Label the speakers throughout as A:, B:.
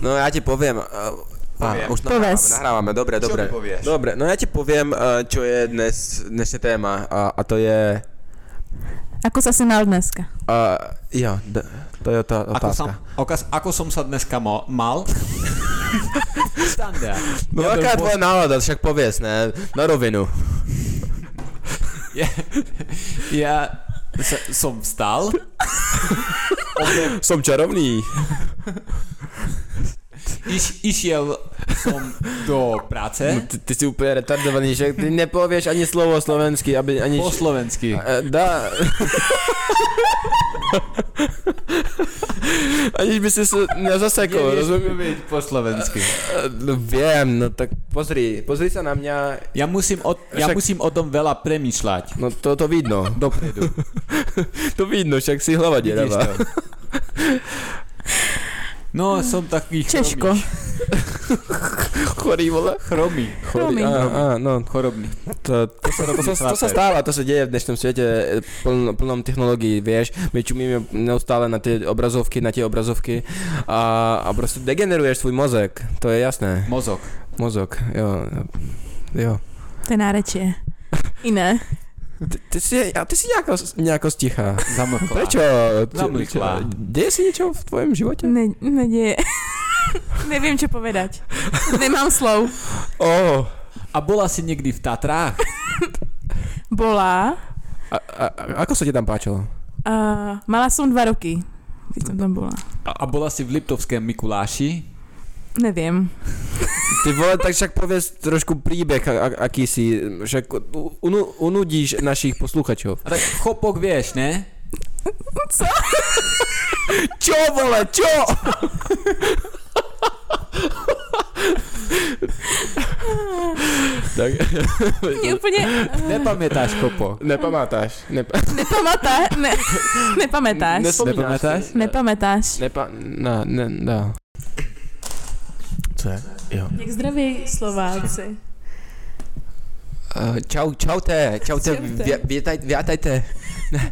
A: No já ti poviem. A, a
B: Poviem.
A: už nahrávame,
C: Povedz.
A: nahrávame, dobre,
B: Čo
A: dobre.
B: mi povieš?
A: Dobre, no ja ti poviem, eh, čo je dnes, dnešné téma a, a to je...
C: Ako sa si mal Jako dneska?
A: A, eh, jo, d- to je tá
D: Ako
A: otázka.
D: som, okas, ako som sa dneska mo, mal? Standard.
A: No
D: Ja
A: jaká je
D: byl
A: tvoje nálada, však pověz, ne? Na rovinu.
D: Ja, ja sa, som vstal. Obde-
A: Som čarovný.
D: Iš, išiel som do práce.
A: Ty, ty jsi úplně retardovaný, že ty nepověš ani slovo slovenský, aby ani...
D: Po slovensky.
A: Eh, Da. Aniž by si se nezasekl,
D: Nevieš
A: rozumíš?
D: mluviť po slovensky.
A: Eh, No, vím, no tak pozri, pozri se na mě,
D: Ja musím o, ja
A: Však-
D: musím o tom veľa premýšľať.
A: no to, to vidno.
D: Dopredu.
A: To vidno, však si hlava
D: Vidíš
A: děravá.
D: to. No, som taký
C: Češko.
D: chromý.
A: Chorý, vole.
D: Chromý.
C: Chromý.
A: A, a, no,
D: Chorobný.
A: to, to, se, to, se, to se stává, to se děje v dnešním světě eh, pln, plnom technologií, věš, my čumíme neustále na ty obrazovky, na ty obrazovky a, a prostě degeneruješ svůj mozek, to je jasné,
D: Mozog.
A: mozek, jo, jo.
C: To je nárečie. Iné.
A: Ty, ty jsi, a ty jsi nějako, nějako stichá.
D: Zamlkla.
A: Prečo? Ty-
D: Zamlkla.
A: Děje se něco v tvém životě?
C: Ne, nedieje. Neviem, čo povedať. Nemám slov.
A: Oh.
D: A bola si niekdy v Tatrách?
C: Bola.
A: A, a, a ako sa ti tam páčilo?
C: Uh, mala som dva roky, keď som tam bola.
D: A, a bola si v Liptovském Mikuláši?
C: Neviem.
A: Ty vole, tak však pověz trošku příběh, aký si, však u- unu, unudíš našich posluchačů.
D: A tak chopok vieš, ne?
A: Čo vole, čo? tak,
C: Nie úplne...
D: é
C: Uh,
D: Nepamätáš chopok.
A: nepamátáš. Nepa,
C: nepamätá, ne, nepamätáš.
A: nespomínáš si.
D: Nepamätáš?
C: Nepamätáš.
A: Nepa, na, ne, na. Co je? Jo.
C: Jak zdraví Slováci.
A: Uh, čau, čaute, čaute,
C: Čaute.
A: vě- větaj, větajte.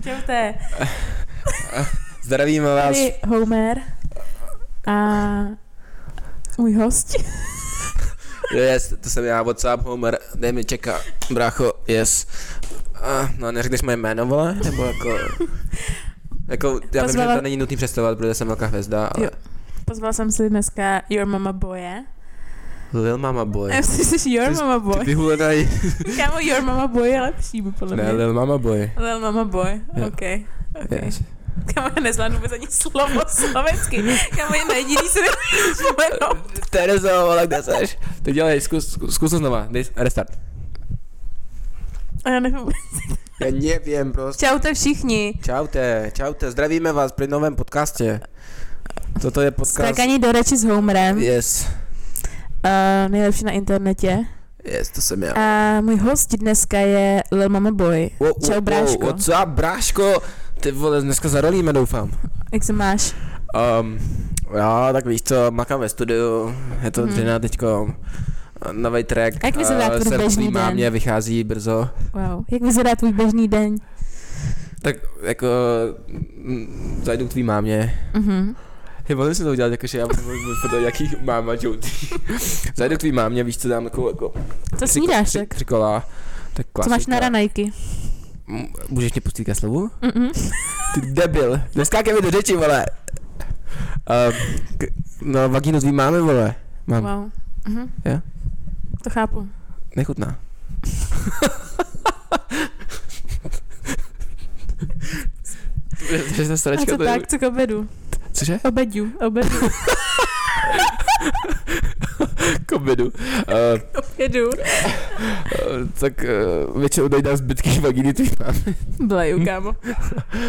C: Čaute.
A: Zdravíme vás.
C: Tady Homer a můj host.
A: Yes, to jsem já, WhatsApp, Homer, dej mi čeka, brácho, yes. Uh, no neřekneš moje jméno, vole? Nebo jako... Jako, já vím, že
C: Pozvala-
A: to není nutný představovat, protože jsem velká hvězda, ale...
C: Jo. Pozvala jsem si dneska Your Mama Boye.
A: Lil Mama Boy.
C: A já si myslím, Your
A: Ty-
C: Mama Boy.
A: vyhulenej.
C: Kámo, Your Mama Boy je lepší, by podle
A: Ne,
C: mě.
A: Lil Mama Boy.
C: Lil Mama Boy,
A: Jo.
C: ok. okay.
A: Yes.
C: Kámo, já nezvládnu vůbec ani slovo slovensky. Kámo, je na jediný se nevzpomenu.
A: Terezo, vole, kde seš? Ty dělej, zkus, zkus zkus to znova, dej restart.
C: A já nevím.
A: Já nevím prostě.
C: Čaute všichni.
A: Čaute, čaute, zdravíme vás při novém podcastě. Toto je podcast...
C: Skákaní do reči s Homerem,
A: Yes,
C: uh, nejlepší na internetě.
A: yes, to jsem já.
C: A můj host dneska je Lil Mama Boy.
A: Wow,
C: Čau, bráško.
A: What's up, bráško? Ty vole, dneska zarolíme, doufám.
C: Jak se máš?
A: Um, já tak víš co, makám ve studiu, je to
C: Mhm.
A: dřina mm. teďko, nový track.
C: A jak vypadá
A: eh,
C: tvůj
A: Serb
C: běžný
A: tvý
C: den?
A: mámě vychází brzo.
C: Wow. Jak vyzerá tvůj běžný den?
A: Tak jako, mm, zajdu k tvý mámě.
C: Mhm.
A: Hej, mohli jsme to udělat, jakože já budu budu to jaký máma žoutý. zajdu k tvý mámě, víš co, dám takovou jako...
C: Co
A: tři-
C: snídáš
A: tři-
C: tak?
A: Tři kola. Tak
C: Co máš na
A: klasika.
C: ranajky?
A: M- Můžeš mě pustit ke slovu?
C: Mhm.
A: Ty debil, neskákej mi do řeči, vole. Uh, k, no, vagínu tvý máme, vole. Mám, wow.
C: Wow. Mhm.
A: Jo.
C: To chápu.
A: nechutná. Takže ta
C: A
A: sračka
C: co
A: to je...
C: tak, co k obedu?
A: Cože?
C: Obedu, obedu,
A: K obědu. Uh,
C: obedu.
A: ehm, eh, uh, tak uh, většinou dojdám zbytky vagíny tvý máme.
C: Bleju, kámo.